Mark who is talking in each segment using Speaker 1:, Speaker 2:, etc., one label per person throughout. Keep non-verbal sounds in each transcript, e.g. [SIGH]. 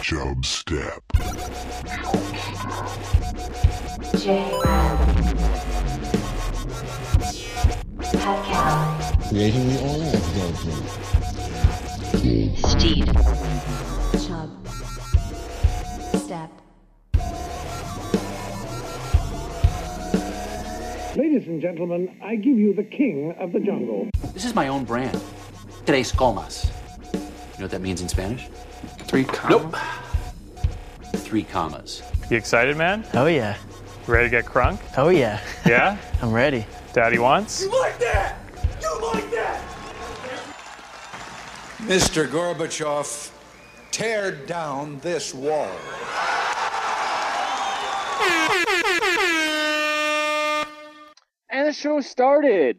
Speaker 1: Chub Step.
Speaker 2: Pascal,
Speaker 3: Creating the all adult
Speaker 2: Steed, Chub, Step,
Speaker 4: Ladies and gentlemen, I give you the king of the jungle.
Speaker 5: This is my own brand. Tres comas. You know what that means in Spanish?
Speaker 6: Three
Speaker 5: Nope. Three commas.
Speaker 6: You excited, man?
Speaker 7: Oh yeah.
Speaker 6: Ready to get crunk?
Speaker 7: Oh yeah.
Speaker 6: Yeah?
Speaker 7: [LAUGHS] I'm ready.
Speaker 6: Daddy wants?
Speaker 8: Mr. Gorbachev, tear down this wall.
Speaker 9: And the show started.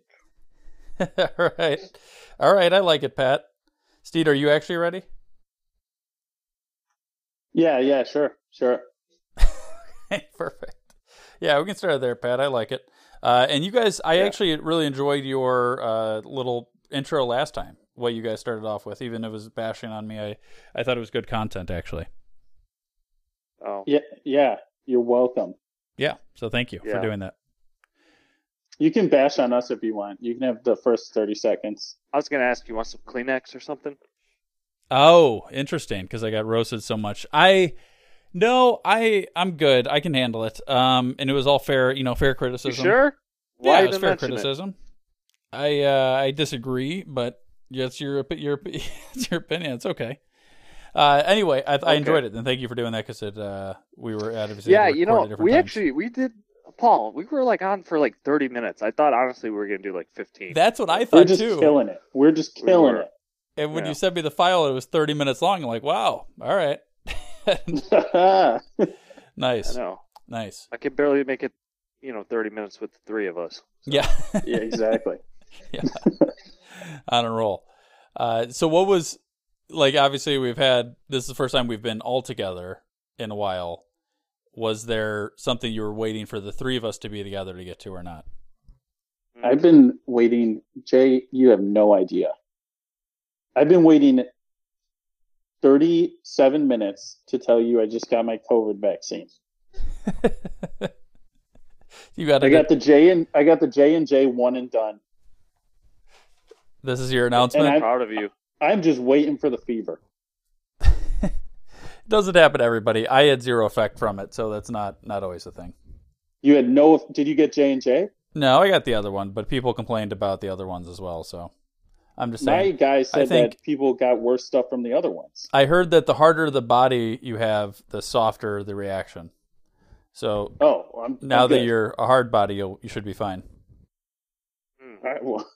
Speaker 10: [LAUGHS] All right. All right. I like it, Pat. Steed, are you actually ready?
Speaker 9: Yeah, yeah, sure,
Speaker 10: [LAUGHS]
Speaker 9: sure.
Speaker 10: Perfect. Yeah, we can start there, Pat. I like it. Uh, and you guys, I actually really enjoyed your uh, little intro last time, what you guys started off with. Even if it was bashing on me, I, I thought it was good content, actually.
Speaker 6: Oh.
Speaker 9: Yeah, yeah. You're welcome.
Speaker 10: Yeah. So thank you
Speaker 6: Yeah.
Speaker 10: for doing that.
Speaker 9: You can bash on us if you want. You can have the first thirty seconds.
Speaker 6: I was going to ask, you want some Kleenex or something?
Speaker 10: Oh, interesting. Because I got roasted so much. I no, I I'm good. I can handle it. Um, and it was all fair, you know, fair criticism.
Speaker 6: You sure?
Speaker 10: yeah,
Speaker 6: Why
Speaker 10: it was
Speaker 6: even
Speaker 10: fair
Speaker 6: mention it?
Speaker 10: criticism. I uh, I disagree, but it's your opi- your opi- [LAUGHS] it's your opinion. It's okay. Uh, anyway, I, I
Speaker 6: Okay.
Speaker 10: enjoyed it, and thank you for doing that because it uh, we were out of
Speaker 6: Yeah, you know, we actually, we did, Paul, we were like on for like 30 minutes. I thought honestly we were going to do like 15.
Speaker 10: That's what I
Speaker 9: We're
Speaker 10: thought
Speaker 9: just
Speaker 10: too.
Speaker 9: killing it. We're just
Speaker 6: We
Speaker 9: killing
Speaker 6: were.
Speaker 10: And when
Speaker 6: Yeah.
Speaker 10: you sent me the file, it was thirty minutes long. I'm like, wow,
Speaker 6: [LAUGHS]
Speaker 9: [LAUGHS]
Speaker 10: all right, [LAUGHS]
Speaker 9: it.
Speaker 6: I
Speaker 10: nice,
Speaker 6: know.
Speaker 10: nice.
Speaker 6: I could barely make it, you know, 30 minutes with the three of us.
Speaker 10: Yeah, [LAUGHS]
Speaker 9: yeah, exactly.
Speaker 10: yeah. [LAUGHS] on a roll. Uh, so what was like? Obviously, we've had this is the first time we've been all together in a while. Was there something you were waiting for the three of us to be together to get to, or not?
Speaker 9: I've been waiting. Jay, you have no idea. I've been waiting 37 minutes to tell you I just got my COVID vaccine.
Speaker 10: [LAUGHS] You got.
Speaker 9: I
Speaker 10: to
Speaker 9: got the J and I got the J and J one and done.
Speaker 10: This is your
Speaker 9: And
Speaker 10: announcement.
Speaker 9: I-
Speaker 6: I'm proud of you.
Speaker 9: I'm just waiting for the fever.
Speaker 10: Doesn't happen to everybody. I had zero effect from it, so that's not not always a thing.
Speaker 9: You had no. Did you get J and J?
Speaker 10: No, I got the other one, but people complained about the other ones as well. So I'm just
Speaker 9: My
Speaker 10: saying.
Speaker 9: guy
Speaker 10: I
Speaker 9: said
Speaker 10: think-
Speaker 9: that people got worse stuff from the other ones.
Speaker 10: I heard that the harder the body you have, the softer the reaction. So
Speaker 9: Oh, I'm, I'm
Speaker 10: now that
Speaker 9: good.
Speaker 10: you're a hard body, you'll, you should be fine.
Speaker 6: Mm.
Speaker 9: All right, well,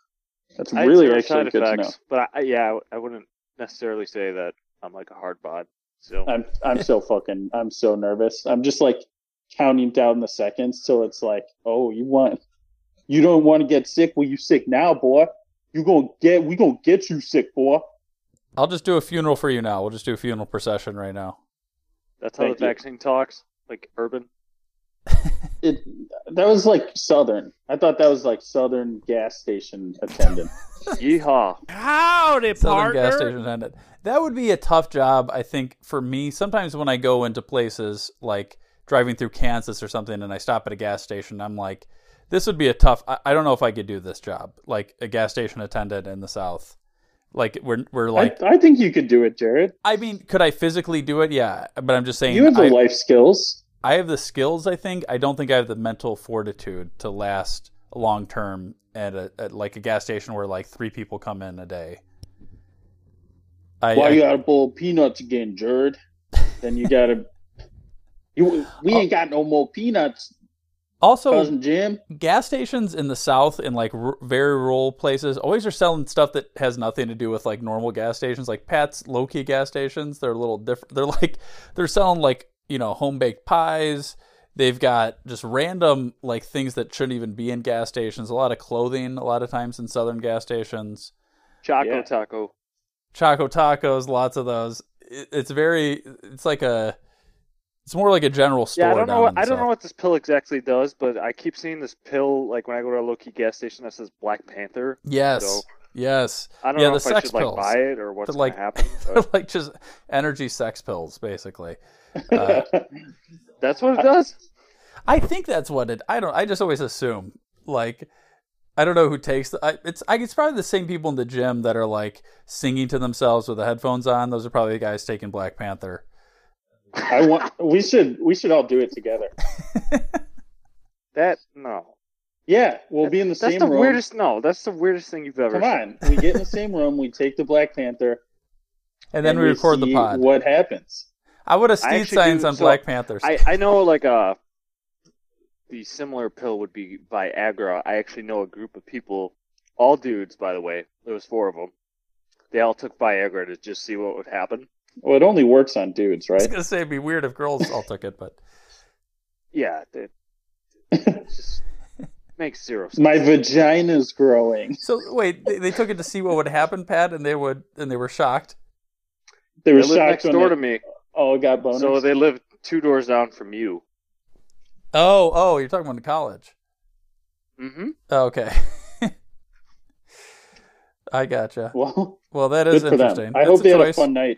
Speaker 9: that's
Speaker 6: I had
Speaker 9: really
Speaker 6: zero
Speaker 9: actually
Speaker 6: side
Speaker 9: good to know.
Speaker 6: effects, But I, I- yeah, I wouldn't necessarily say that I'm like a hard bod. So
Speaker 9: I'm I'm so fucking I'm so nervous. I'm just like counting down the seconds so it's like, oh, you want you don't want to get sick? Well, you sick now, boy. You gonna get we gonna get you sick, boy.
Speaker 10: I'll just do a funeral for you now. We'll just do a funeral procession right now.
Speaker 6: that's how the
Speaker 9: Thank you.
Speaker 6: vaccine talks, like [LAUGHS] urban.
Speaker 9: It that was like southern. I thought that was like southern gas station attendant.
Speaker 6: [LAUGHS] Yeehaw.
Speaker 10: Howdy, Southern gas station attendant. That would be a tough job, I think, for me. Sometimes when I go into places like driving through Kansas or something, and I stop at a gas station, I'm like, this would be a tough. I, I don't know if I could do this job, like a gas station attendant in the South. Like we're we're like,
Speaker 9: I, I think you could do it, Jared.
Speaker 10: I, mean, could I physically do it? Yeah, but I'm just saying,
Speaker 9: You have the
Speaker 10: I-
Speaker 9: life skills.
Speaker 10: I have the skills, I think. I don't think I have the mental fortitude to last long term at, a, at like a gas station where like three people come in a day. I,
Speaker 9: Why
Speaker 10: I-
Speaker 9: you gotta bowl peanuts again, Jared? Then you
Speaker 10: [LAUGHS]
Speaker 9: gotta. You, we ain't got no more peanuts,
Speaker 10: Oh. also
Speaker 9: cousin Jim.
Speaker 10: gas stations in the South in like r- very rural places always are selling stuff that has nothing to do with like normal gas stations. Like Pat's low key gas stations, they're a little different. They're [LAUGHS] like they're selling like you know home baked pies. They've got just random like things that shouldn't even be in gas stations. A lot of clothing, a lot of times in Southern gas stations.
Speaker 6: Choco
Speaker 9: Yeah.
Speaker 6: taco.
Speaker 10: Choco tacos, lots of those. It, it's very, it's like a, it's more like a general store.
Speaker 6: Yeah, I don't
Speaker 10: down
Speaker 6: know.
Speaker 10: in the
Speaker 6: I don't
Speaker 10: South.
Speaker 6: know what this pill exactly does, but I keep seeing this pill like when I go to a low key gas station that says Black Panther.
Speaker 10: Yes,
Speaker 6: So
Speaker 10: Yes.
Speaker 6: I don't
Speaker 10: yeah,
Speaker 6: know
Speaker 10: the
Speaker 6: if I
Speaker 10: sex
Speaker 6: should
Speaker 10: pills.
Speaker 6: like buy it or what's
Speaker 10: [LAUGHS] They're like-
Speaker 6: gonna happen. but
Speaker 10: like just energy sex pills, basically. Uh,
Speaker 6: [LAUGHS] that's what it does.
Speaker 10: I think that's what it. I don't. I just always assume. Like, I don't know who takes. The, I, it's. I, it's probably the same people in the gym that are like singing to themselves with the headphones on. Those are probably the guys taking Black Panther.
Speaker 9: I want. We should. We should all do it together.
Speaker 6: [LAUGHS] That no.
Speaker 9: Yeah, we'll be in the
Speaker 6: that's
Speaker 9: same
Speaker 6: the
Speaker 9: room.
Speaker 6: weirdest no, that's the weirdest thing you've ever
Speaker 9: Come
Speaker 6: said.
Speaker 9: on, we get in the same room. We take the Black Panther,
Speaker 10: And then we, record the
Speaker 9: see
Speaker 10: pod.
Speaker 9: What happens?
Speaker 10: I would have
Speaker 6: I
Speaker 10: Steve
Speaker 6: actually
Speaker 10: signs
Speaker 6: do-
Speaker 10: on
Speaker 6: so
Speaker 10: Black Panthers.
Speaker 6: I, I know like uh the similar pill would be Viagra. I actually know a group of people, all dudes by the way. There was four of them. They all took Viagra to just see what would happen.
Speaker 9: Well, it only works on dudes,
Speaker 10: was
Speaker 9: right?
Speaker 10: gonna say it'd be weird if girls all took it, but
Speaker 6: Yeah, it, [LAUGHS] it just makes zero sense.
Speaker 9: My vagina's growing.
Speaker 10: so wait, they, they took it to see what would happen, Pat, and they would and they were shocked.
Speaker 9: They
Speaker 6: They
Speaker 9: were
Speaker 6: live next
Speaker 9: shocked when
Speaker 6: door to
Speaker 9: they
Speaker 6: me,
Speaker 9: all got boners.
Speaker 6: so they live two doors down from you.
Speaker 10: Oh, oh, you're talking about in college.
Speaker 6: Mm-hmm.
Speaker 10: Oh, okay, [LAUGHS] I gotcha.
Speaker 9: well,
Speaker 10: Well, that
Speaker 9: good
Speaker 10: is
Speaker 9: for
Speaker 10: interesting.
Speaker 9: them. I
Speaker 10: That's
Speaker 9: hope
Speaker 10: a
Speaker 9: they had a
Speaker 10: choice.
Speaker 9: fun
Speaker 10: [LAUGHS]
Speaker 9: night.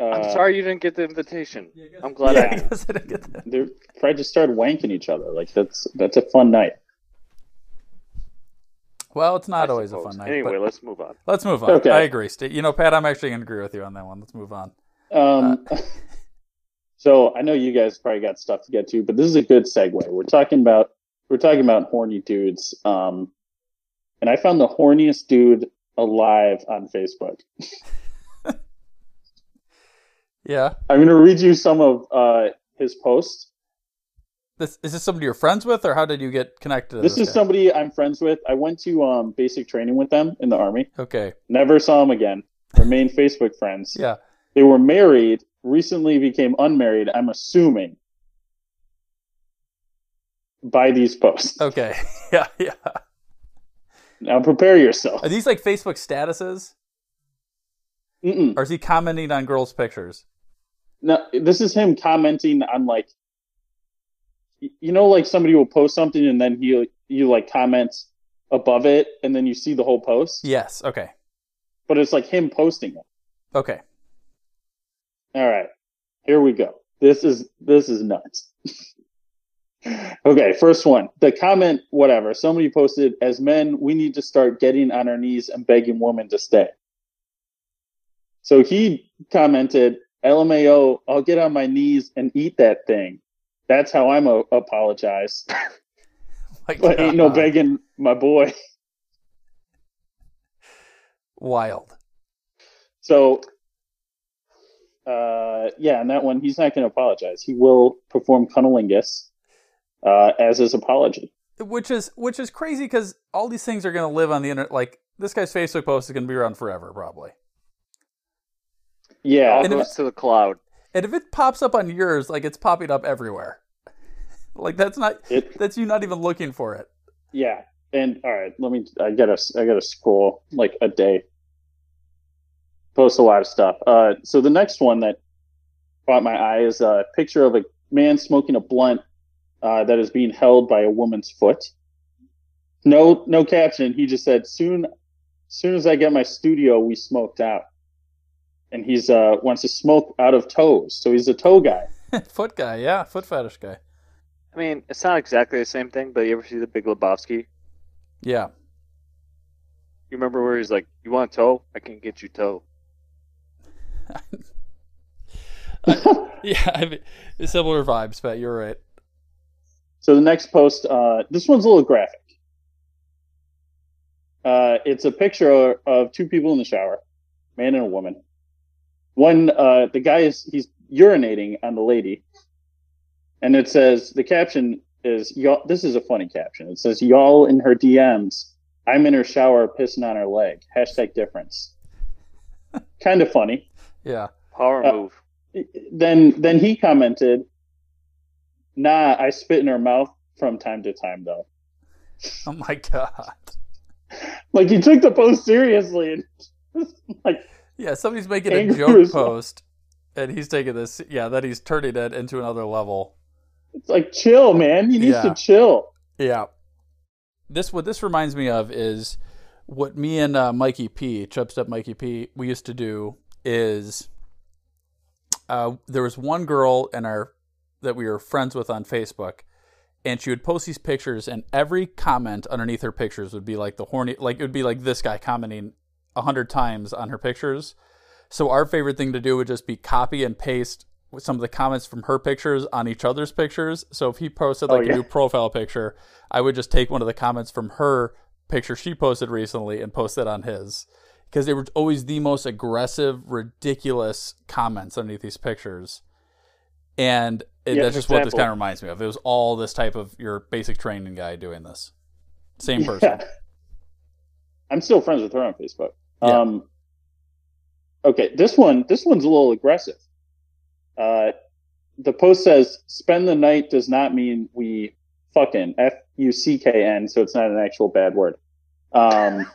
Speaker 9: Uh,
Speaker 6: [LAUGHS] I'm sorry you didn't get the invitation. I'm glad
Speaker 10: Yeah,
Speaker 6: I
Speaker 10: I
Speaker 6: didn't.
Speaker 10: guess I didn't get that.
Speaker 9: They probably just started wanking each other. Like that's that's a fun night.
Speaker 10: Well, it's not
Speaker 6: I
Speaker 10: always a
Speaker 6: suppose.
Speaker 10: fun night.
Speaker 6: Anyway,
Speaker 10: but
Speaker 6: let's move on.
Speaker 10: let's move on.
Speaker 9: Okay.
Speaker 10: I agree, Steve. You know, Pat, I'm actually going to agree with you on that one. Let's move on.
Speaker 9: Um,
Speaker 10: Uh,
Speaker 9: [LAUGHS] so I know you guys probably got stuff to get to, but this is a good segue. We're talking about we're talking about horny dudes. Um, and I found the horniest dude alive on Facebook.
Speaker 10: Yeah.
Speaker 9: I'm going to read you some of uh, his posts.
Speaker 10: This is this somebody you're friends with, or how did you get connected? To this,
Speaker 9: This is
Speaker 10: guy?
Speaker 9: somebody I'm friends with. I went to um, basic training with them in the army.
Speaker 10: Okay.
Speaker 9: Never saw him again. Remain Facebook friends.
Speaker 10: Yeah.
Speaker 9: They were married. Recently became unmarried. I'm assuming by these
Speaker 10: [LAUGHS]
Speaker 9: posts.
Speaker 10: Okay. yeah. Yeah.
Speaker 9: Now prepare yourself.
Speaker 10: Are these like Facebook statuses,
Speaker 9: Mm-mm.
Speaker 10: or is he commenting on girls' pictures?
Speaker 9: No, this is him commenting on like, y- you know, like somebody will post something and then he you like comments above it and then you see the whole post.
Speaker 10: Yes. Okay.
Speaker 9: But it's like him posting it.
Speaker 10: Okay. [LAUGHS]
Speaker 9: All right, here we go. This is this is nuts. [LAUGHS] okay, first one. The comment, whatever. Somebody posted, as men, we need to start getting on our knees and begging women to stay. So he commented, LMAO, I'll get on my knees and eat that thing. That's how I'm a- apologize. [LAUGHS]
Speaker 10: Like,
Speaker 9: But ain't
Speaker 10: [LAUGHS]
Speaker 9: no
Speaker 10: uh,
Speaker 9: begging my boy.
Speaker 10: Wild.
Speaker 9: So, uh, yeah, and that one, he's not going to apologize. He will perform cunnilingus uh, as his apology.
Speaker 10: Which is which is crazy because all these things are going to live on the internet. Like this guy's Facebook post is going to be around forever, probably.
Speaker 6: It
Speaker 9: Yeah,
Speaker 6: all
Speaker 10: And if-
Speaker 6: goes to the cloud.
Speaker 10: And if it pops up on yours, like it's popping up everywhere. [LAUGHS] like that's not
Speaker 9: It-
Speaker 10: that's you not even looking for it. [LAUGHS]
Speaker 9: yeah. And all right, let me. I gotta. I gotta scroll like a day. Post a lot of stuff. Uh, so the next one that caught my eye is a picture of a man smoking a blunt uh, that is being held by a woman's foot. No, no caption. He just said, "Soon, soon as I get my studio, we smoked out." And he's uh, wants to smoke out of toes, so he's a toe guy.
Speaker 10: foot guy, yeah, foot fetish guy.
Speaker 6: I mean, it's not exactly the same thing, but you ever see the Big Lebowski?
Speaker 10: Yeah.
Speaker 6: You remember where he's like, "You want a toe? I can get you toe."
Speaker 10: [LAUGHS] Yeah, I mean, similar vibes, but you're right.
Speaker 9: So the next post, uh, this one's a little graphic. Uh, it's a picture of uh, two people in the shower, man and a woman. One, uh, the guy is he's urinating on the lady, and it says the caption is y'all. This is a funny caption. It says y'all in her DMs. I'm in her shower pissing on her leg. Hashtag difference.
Speaker 6: [LAUGHS]
Speaker 9: kind of funny
Speaker 10: Yeah. [LAUGHS]
Speaker 6: Power
Speaker 9: Uh,
Speaker 6: move.
Speaker 9: then then he commented, "Nah, I spit in her mouth from time to time, though."
Speaker 10: Oh my god.
Speaker 9: Like he took the post seriously, and like
Speaker 10: Yeah, somebody's making a
Speaker 9: Angry
Speaker 10: joke
Speaker 9: response.
Speaker 10: post and he's taking this yeah, that he's turning it into another level.
Speaker 9: it's like chill, man. He needs
Speaker 10: Yeah.
Speaker 9: to chill.
Speaker 10: Yeah. This what this reminds me of is what me and uh, Mikey P, Chubstep Mikey P, we used to do is uh, there was one girl in our that we were friends with on Facebook, and she would post these pictures, and every comment underneath her pictures would be like the horny, like it would be like this guy commenting a hundred times on her pictures. So our favorite thing to do would just be copy and paste some of the comments from her pictures on each other's pictures. So if he posted like
Speaker 9: Oh, yeah.
Speaker 10: a new profile picture, I would just take one of the comments from her picture she posted recently and post that on his because they were always the most aggressive, ridiculous comments underneath these pictures. And it,
Speaker 9: Yeah,
Speaker 10: that's
Speaker 9: for
Speaker 10: just what this
Speaker 9: example-
Speaker 10: kind of reminds me of. It was all this type of your basic training guy doing this. Same
Speaker 9: [LAUGHS]
Speaker 10: person. [LAUGHS]
Speaker 9: Yeah. I'm still friends with her on Facebook.
Speaker 10: Yeah.
Speaker 9: Um, okay, this one this one's a little aggressive. Uh, the post says "spend the night" does not mean we fucking f u c k n, so it's not an actual bad word. Um,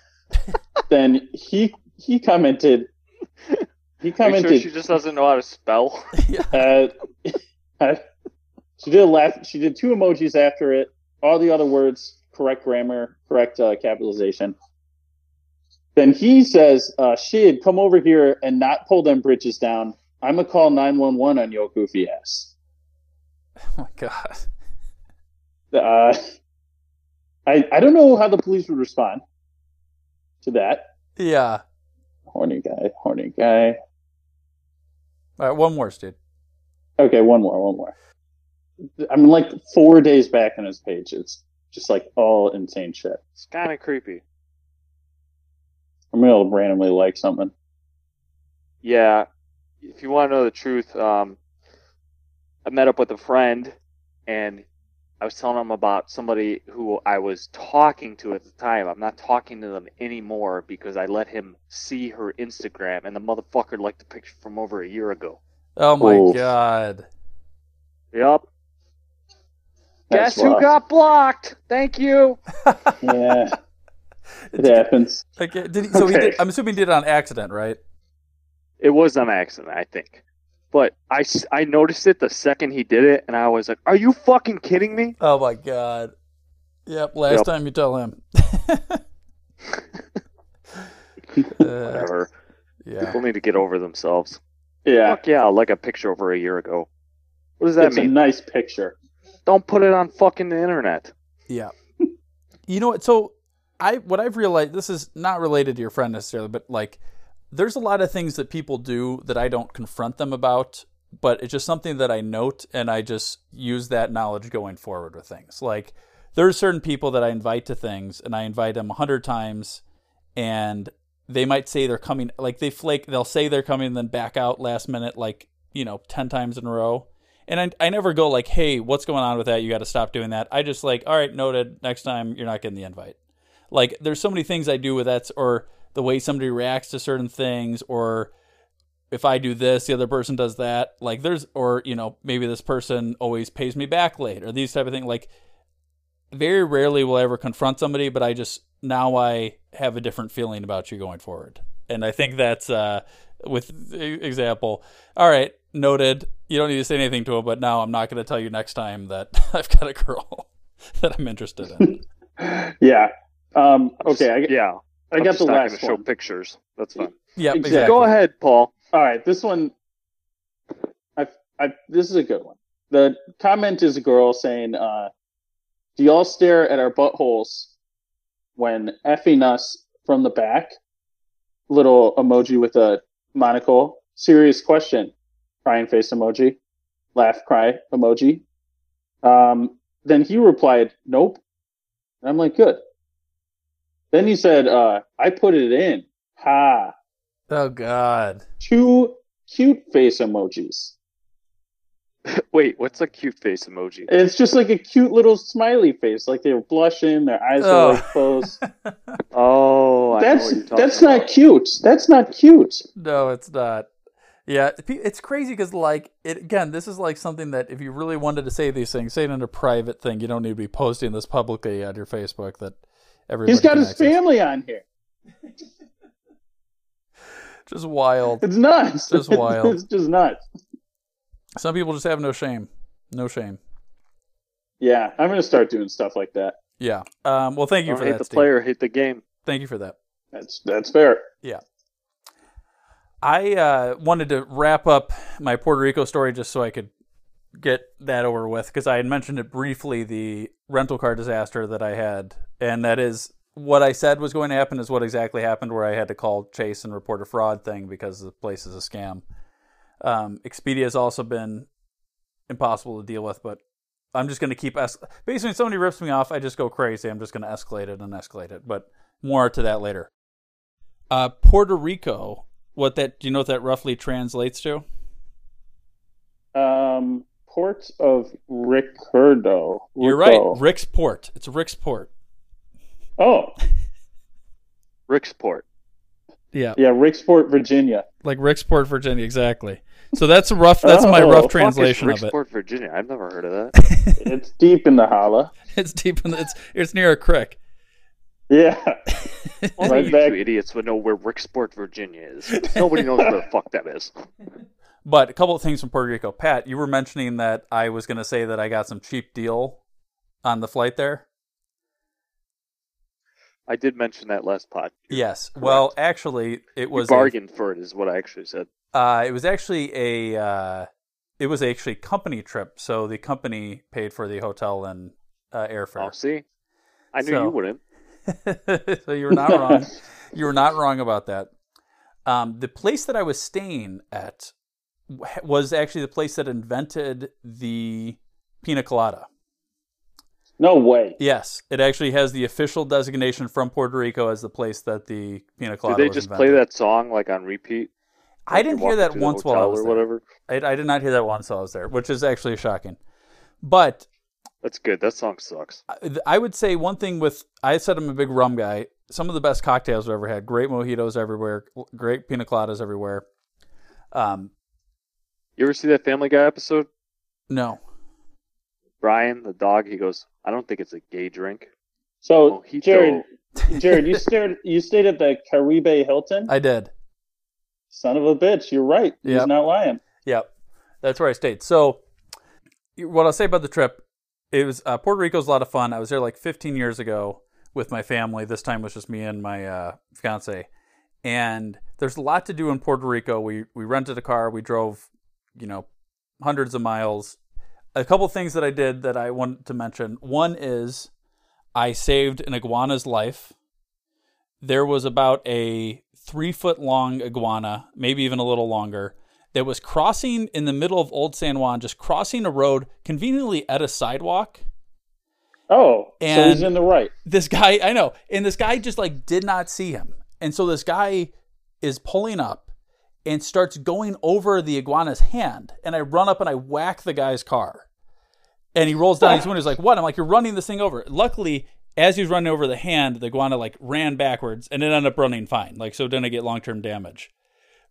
Speaker 9: then he he commented he
Speaker 6: Are you
Speaker 9: commented
Speaker 6: sure she just doesn't know how to spell?
Speaker 9: uh, [LAUGHS] she did a laugh. She did two emojis after it. All the other words, correct grammar, correct uh, capitalization. Then he says, uh, "Shid, come over here and not pull them bridges down. I'm gonna call nine one one on your goofy ass."
Speaker 10: oh my god.
Speaker 9: Uh, [LAUGHS] I I don't know how the police would respond to that.
Speaker 10: Yeah.
Speaker 9: Horny guy, horny guy.
Speaker 10: All right, one worse, dude.
Speaker 9: Okay, one more, one more. I'm like four days back on his page. It's just like all insane shit.
Speaker 6: It's kind of creepy.
Speaker 9: I'm gonna randomly like something.
Speaker 6: Yeah. If you want to know the truth, um, I met up with a friend and I was telling him about somebody who I was talking to at the time. I'm not talking to them anymore because I let him see her Instagram and the motherfucker liked the picture from over a year ago.
Speaker 10: Oh my
Speaker 9: Oof.
Speaker 10: god.
Speaker 6: Yep.
Speaker 9: That's
Speaker 6: Guess who
Speaker 9: rough.
Speaker 6: got blocked? Thank you. [LAUGHS]
Speaker 9: Yeah, it happens.
Speaker 10: Okay, uh, did he, so he
Speaker 6: Okay.
Speaker 10: did, I'm assuming he did it on accident, right?
Speaker 6: It was on accident, I think. But I, s- I noticed it the second he did it, and I was like, Are you fucking kidding me?
Speaker 10: Oh my god. Yep, last
Speaker 6: Yep.
Speaker 10: time you tell him. uh,
Speaker 6: Whatever.
Speaker 10: yeah.
Speaker 6: People need to get over themselves.
Speaker 9: Yeah,
Speaker 6: Fuck yeah, I like a picture over a year ago. What does that
Speaker 9: that's a
Speaker 6: mean?
Speaker 9: nice picture.
Speaker 6: Don't put it on fucking the internet.
Speaker 10: Yeah. you know what? So I what I've realized this is not related to your friend necessarily, but like there's a lot of things that people do that I don't confront them about, but it's just something that I note and I just use that knowledge going forward with things. Like there are certain people that I invite to things and I invite them a hundred times and they might say they're coming like they flake they'll say they're coming and then back out last minute like, you know, ten times in a row. And I, I never go like, hey, what's going on with that? You got to stop doing that. I just like, all right, noted. Next time, you're not getting the invite. Like, there's so many things I do with that, or the way somebody reacts to certain things, or if I do this, the other person does that. Like, there's, or, you know, maybe this person always pays me back late, or these type of things. Like, very rarely will I ever confront somebody, but I just, now I have a different feeling about you going forward. And I think that's, uh, with the example, all right, noted. You don't need to say anything to him, but now I'm not going to tell you next time that [LAUGHS] I've got a girl [LAUGHS] that I'm interested
Speaker 9: [LAUGHS]
Speaker 10: in.
Speaker 9: Yeah. Um, okay, I,
Speaker 6: yeah,
Speaker 9: I got the last
Speaker 6: show
Speaker 9: one.
Speaker 6: pictures. That's fine.
Speaker 10: yeah,
Speaker 9: Exactly.
Speaker 10: exactly.
Speaker 6: Go ahead, Paul.
Speaker 9: All right, this one. I, I, this is a good one. The comment is a girl saying, uh, "Do y'all stare at our buttholes when effing us from the back?" Little emoji with a monocle. Serious question. Crying face emoji. Laugh cry emoji. Um, then he replied, "Nope." And I'm like, "Good." Then he said, uh, "I put it in." Ha
Speaker 10: Oh God,
Speaker 9: two cute face emojis.
Speaker 6: [LAUGHS] Wait, what's a cute face emoji?
Speaker 9: It's just like a cute little smiley face, like they're blushing, their eyes
Speaker 10: Oh.
Speaker 6: [LAUGHS]
Speaker 9: are like closed.
Speaker 6: Oh, I know what you're
Speaker 9: That's
Speaker 6: talking
Speaker 9: that's
Speaker 6: about.
Speaker 9: not cute. That's not cute.
Speaker 10: no, it's not. Yeah, pe- it's crazy because like it again. This is like something that if you really wanted to say these things, say it in a private thing. You don't need to be posting this publicly on your Facebook. That everybody
Speaker 9: He's got
Speaker 10: can
Speaker 9: his
Speaker 10: access.
Speaker 9: family on here.
Speaker 10: Just wild.
Speaker 9: It's nuts.
Speaker 10: Just
Speaker 9: [LAUGHS]
Speaker 10: wild.
Speaker 9: it's just nuts.
Speaker 10: Some people just have no shame. No shame.
Speaker 9: Yeah, I'm gonna start doing stuff like that.
Speaker 10: Yeah. Um, well, thank you
Speaker 6: Don't
Speaker 10: for
Speaker 6: hate
Speaker 10: that.
Speaker 6: the
Speaker 10: Steve.
Speaker 6: player, hate the game.
Speaker 10: Thank you for that.
Speaker 9: That's that's fair.
Speaker 10: Yeah. I uh, wanted to wrap up my Puerto Rico story just so I could get that over with because I had mentioned it briefly the rental car disaster that I had. And that is what I said was going to happen is what exactly happened, where I had to call Chase and report a fraud thing because the place is a scam. Um, Expedia has also been impossible to deal with, but I'm just going to keep es- basically when somebody rips me off, I just go crazy. I'm just going to escalate it and escalate it, but more to that later. Uh, Puerto Rico, what that do you know what that roughly translates to?
Speaker 9: Um, port of Ricardo.
Speaker 10: You're right,
Speaker 9: Rico.
Speaker 10: Rick's Port. It's Rick's Port.
Speaker 9: Oh,
Speaker 6: [LAUGHS] Ricksport.
Speaker 10: Yeah,
Speaker 9: yeah, Ricksport, Virginia.
Speaker 10: like Ricksport, Virginia, exactly. So that's a rough. That's my
Speaker 9: Oh, fuck
Speaker 10: rough
Speaker 9: is
Speaker 10: translation of it. [LAUGHS]
Speaker 6: Ricksport, Virginia. I've never heard of that.
Speaker 9: It's deep in the holla.
Speaker 10: It's deep in the, it's it's near a creek. [LAUGHS]
Speaker 9: Yeah,
Speaker 6: Only you
Speaker 9: back.
Speaker 6: two idiots would know where Ricksport, Virginia is. Nobody knows where the fuck that is.
Speaker 10: But a couple of things from Puerto Rico. Pat, you were mentioning that I was going to say that I got some cheap deal on the flight there.
Speaker 6: I did mention that last pod.
Speaker 10: Yes. Well, actually, it
Speaker 6: You
Speaker 10: was a
Speaker 6: bargained for it, is what I actually said.
Speaker 10: Uh, it was actually a uh, it was actually a company trip, so the company paid for the hotel and uh,
Speaker 6: Oh,
Speaker 10: airfare.
Speaker 6: see, I knew
Speaker 10: So-
Speaker 6: you wouldn't.
Speaker 10: [LAUGHS] so you were
Speaker 6: [LAUGHS]
Speaker 10: not wrong. You were not wrong about that. Um, the place that I was staying at w- was actually the place that invented the pina colada.
Speaker 9: no way.
Speaker 10: Yes, it actually has the official designation from Puerto Rico as the place that the pina
Speaker 6: Did
Speaker 10: colada.
Speaker 6: they
Speaker 10: was
Speaker 6: just
Speaker 10: invented.
Speaker 6: play that song like on repeat?
Speaker 10: I didn't hear that once while I was
Speaker 6: or
Speaker 10: there.
Speaker 6: whatever.
Speaker 10: I, I did not hear that once while I was there, which is actually shocking. But
Speaker 6: That's good. That song sucks.
Speaker 10: I- I would say one thing with I said I'm a big rum guy. Some of the best cocktails I've ever had. Great mojitos everywhere. Great pina coladas everywhere. Um,
Speaker 6: You ever see that Family Guy episode?
Speaker 10: no,
Speaker 6: Brian, the dog, he goes, I don't think it's a gay drink. Oh,
Speaker 9: So
Speaker 6: Mojito.
Speaker 9: Jared,
Speaker 6: [LAUGHS]
Speaker 9: Jared, you stared. You stayed at the Caribe Hilton.
Speaker 10: I did.
Speaker 9: Son of a bitch, you're right.
Speaker 10: Yep.
Speaker 9: He's not lying.
Speaker 10: Yep, that's where I stayed. So, what I'll say about the trip, it was uh, Puerto Rico's a lot of fun. I was there like 15 years ago with my family. This time was just me and my uh, fiance, and there's a lot to do in Puerto Rico. We we rented a car, we drove, you know, hundreds of miles. A couple things that I did that I wanted to mention. One is I saved an iguana's life. There was about a three foot long iguana, maybe even a little longer, that was crossing in the middle of Old San Juan, just crossing a road conveniently at a sidewalk.
Speaker 9: Oh, so he's
Speaker 10: And-
Speaker 9: in the right.
Speaker 10: This guy, I know, and this guy just like did not see him. And so this guy is pulling up and starts going over the iguana's hand. And I run up and I whack the guy's car. And he rolls down his window. He's like, What? I'm like, You're running this thing over. Luckily, as he was running over the hand, the iguana like ran backwards and it ended up running fine. Like, so it didn't get long term damage.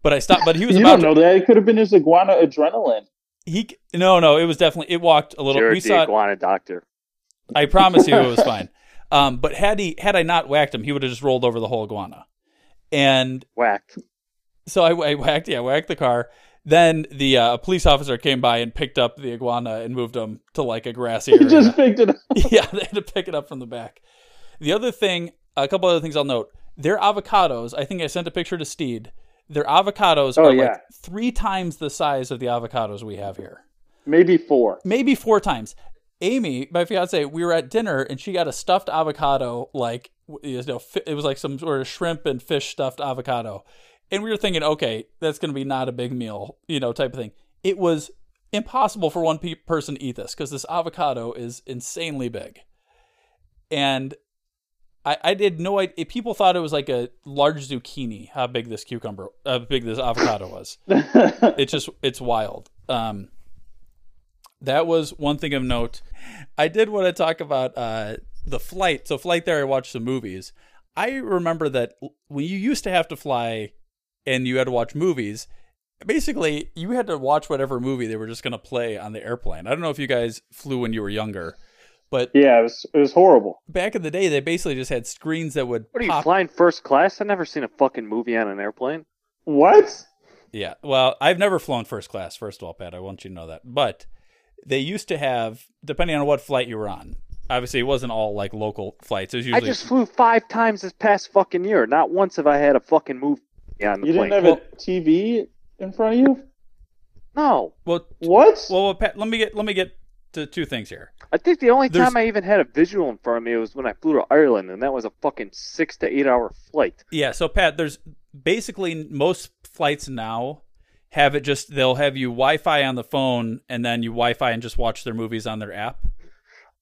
Speaker 10: But I stopped, but he was
Speaker 9: You
Speaker 10: about
Speaker 9: don't know that. It could have been his iguana adrenaline.
Speaker 10: He no no it was definitely it walked a little.
Speaker 6: Jared,
Speaker 10: we
Speaker 6: the
Speaker 10: saw it.
Speaker 6: iguana doctor.
Speaker 10: I promise you
Speaker 9: [LAUGHS]
Speaker 10: it was fine. Um, but had he had I not whacked him, he would have just rolled over the whole iguana. And
Speaker 9: [LAUGHS]
Speaker 6: Whacked.
Speaker 10: so I, I whacked yeah whacked the car. Then the uh, police officer came by and picked up the iguana and moved him to like a grassy
Speaker 9: He
Speaker 10: area.
Speaker 9: [LAUGHS] just picked it up.
Speaker 10: yeah, they had to pick it up from the back. The other thing, a couple other things I'll note. Their avocados, I think I sent a picture to Steed. Their avocados
Speaker 9: Oh,
Speaker 10: are
Speaker 9: yeah.
Speaker 10: like three times the size of the avocados we have here
Speaker 9: Maybe [LAUGHS] four.
Speaker 10: [LAUGHS] maybe four times. Amy, my fiance, we were at dinner and she got a stuffed avocado, like w- you know, fi- it was like some sort of shrimp and fish stuffed avocado, and we were thinking, okay, that's going to be not a big meal, you know, type of thing. It was impossible for one pe- person to eat this because this avocado is insanely big, and I, I did no idea. People thought it was like a large zucchini. How big this cucumber? How big this avocado was? it's just it's wild. Um, that was one thing of note. I did want to talk about uh, the flight. So flight there, I watched some movies. I remember that when you used to have to fly and you had to watch movies, basically you had to watch whatever movie they were just going to play on the airplane. I don't know if you guys flew when you were younger, but
Speaker 9: yeah, it was, it was horrible.
Speaker 10: back in the day, they basically just had screens that would
Speaker 6: What are you,
Speaker 10: pop.
Speaker 6: flying first class? I've never seen a fucking movie on an airplane.
Speaker 9: What?
Speaker 10: Yeah. Well, I've never flown first class, first of all, Pat. I want you to know that. But they used to have, depending on what flight you were on, obviously it wasn't all like local flights. It was
Speaker 6: I
Speaker 10: usually
Speaker 6: just flew five times this past fucking year. Not once have I had a fucking movie on the
Speaker 9: You
Speaker 6: plane.
Speaker 9: didn't have a TV in front of you?
Speaker 6: no,
Speaker 10: well,
Speaker 9: What?
Speaker 10: well, well, Pat, let me get let me get to two things here.
Speaker 6: I think the only
Speaker 10: There's-
Speaker 6: time I even had a visual in front of me was when I flew to Ireland, and that was a fucking six to eight hour flight.
Speaker 10: Yeah, so Pat, there's basically most flights now have it just they'll have you Wi-Fi on the phone and then you Wi-Fi and just watch their movies on their app.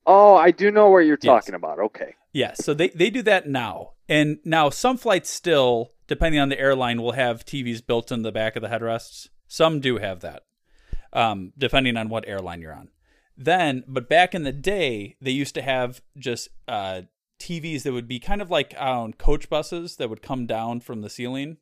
Speaker 6: Oh, I do know what you're
Speaker 10: Yes.
Speaker 6: talking about. Okay,
Speaker 10: Yeah, so they they do that now, and now some flights still, depending on the airline, will have TVs built in the back of the headrests. Some do have that, um, depending on what airline you're on. Then, but back in the day, they used to have just uh, TVs that would be kind of like on coach buses that would come down from the ceiling,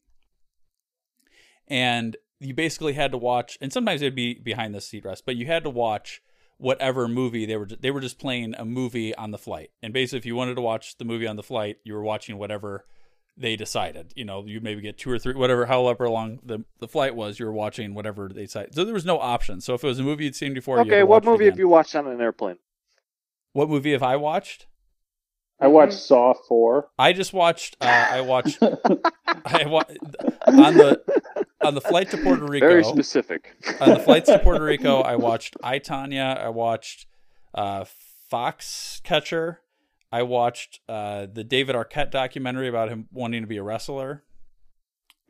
Speaker 10: and you basically had to watch. And sometimes it'd be behind the seat rest, but you had to watch whatever movie they were they were just playing a movie on the flight and basically if you wanted to watch the movie on the flight you were watching whatever they decided you know you maybe get two or three whatever however long the, the flight was you were watching whatever they decided so there was no option so if it was a movie you'd seen before you had
Speaker 6: okay.
Speaker 10: to
Speaker 6: What
Speaker 10: watch it
Speaker 6: movie have
Speaker 10: again.
Speaker 6: you watched on an airplane?
Speaker 10: what movie have i watched
Speaker 9: I
Speaker 10: Mm-hmm.
Speaker 9: watched Saw 4.
Speaker 10: i just watched uh,
Speaker 6: [LAUGHS]
Speaker 10: i watched i wa- on the on the flight to puerto rico
Speaker 6: Very specific.
Speaker 10: on Uh, the flights to
Speaker 6: [LAUGHS]
Speaker 10: Puerto Rico, I watched I Tanya, I watched uh, Fox Catcher, I watched uh, the David Arquette documentary about him wanting to be a wrestler,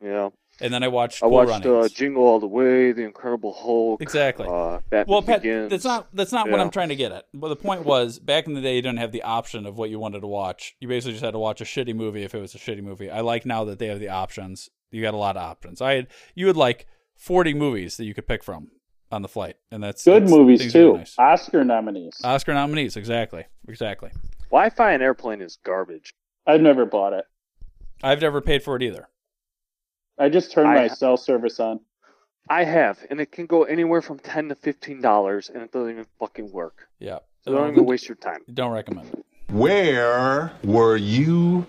Speaker 6: yeah,
Speaker 10: and then I watched
Speaker 6: I
Speaker 10: Cool
Speaker 6: watched uh,
Speaker 10: Runnings.
Speaker 6: Jingle All the Way, The Incredible Hulk.
Speaker 10: Exactly.
Speaker 6: Uh, Batman
Speaker 10: well, Pat,
Speaker 6: Begins.
Speaker 10: that's not that's not what
Speaker 6: Yeah.
Speaker 10: I'm trying to get at. Well, the point was back in the day, you didn't have the option of what you wanted to watch. You basically just had to watch a shitty movie if it was a shitty movie. I like now that they have the options. You got a lot of options. I had you had like 40 movies that you could pick from on the flight, and that's
Speaker 9: Good
Speaker 10: that's-
Speaker 9: movies,
Speaker 10: things are
Speaker 9: too.
Speaker 10: nice. Uh,
Speaker 9: Oscar nominees.
Speaker 10: Oscar nominees, exactly, exactly.
Speaker 6: Wi-Fi in airplane is garbage.
Speaker 9: I've never bought it.
Speaker 10: I've never paid for it either.
Speaker 9: I just turned
Speaker 6: I-
Speaker 9: my cell service on.
Speaker 6: I have, and it can go anywhere from ten to fifteen dollars, and it doesn't even fucking work.
Speaker 10: Yeah, Um,
Speaker 6: So don't even waste your time.
Speaker 10: Don't recommend it.
Speaker 1: Where were you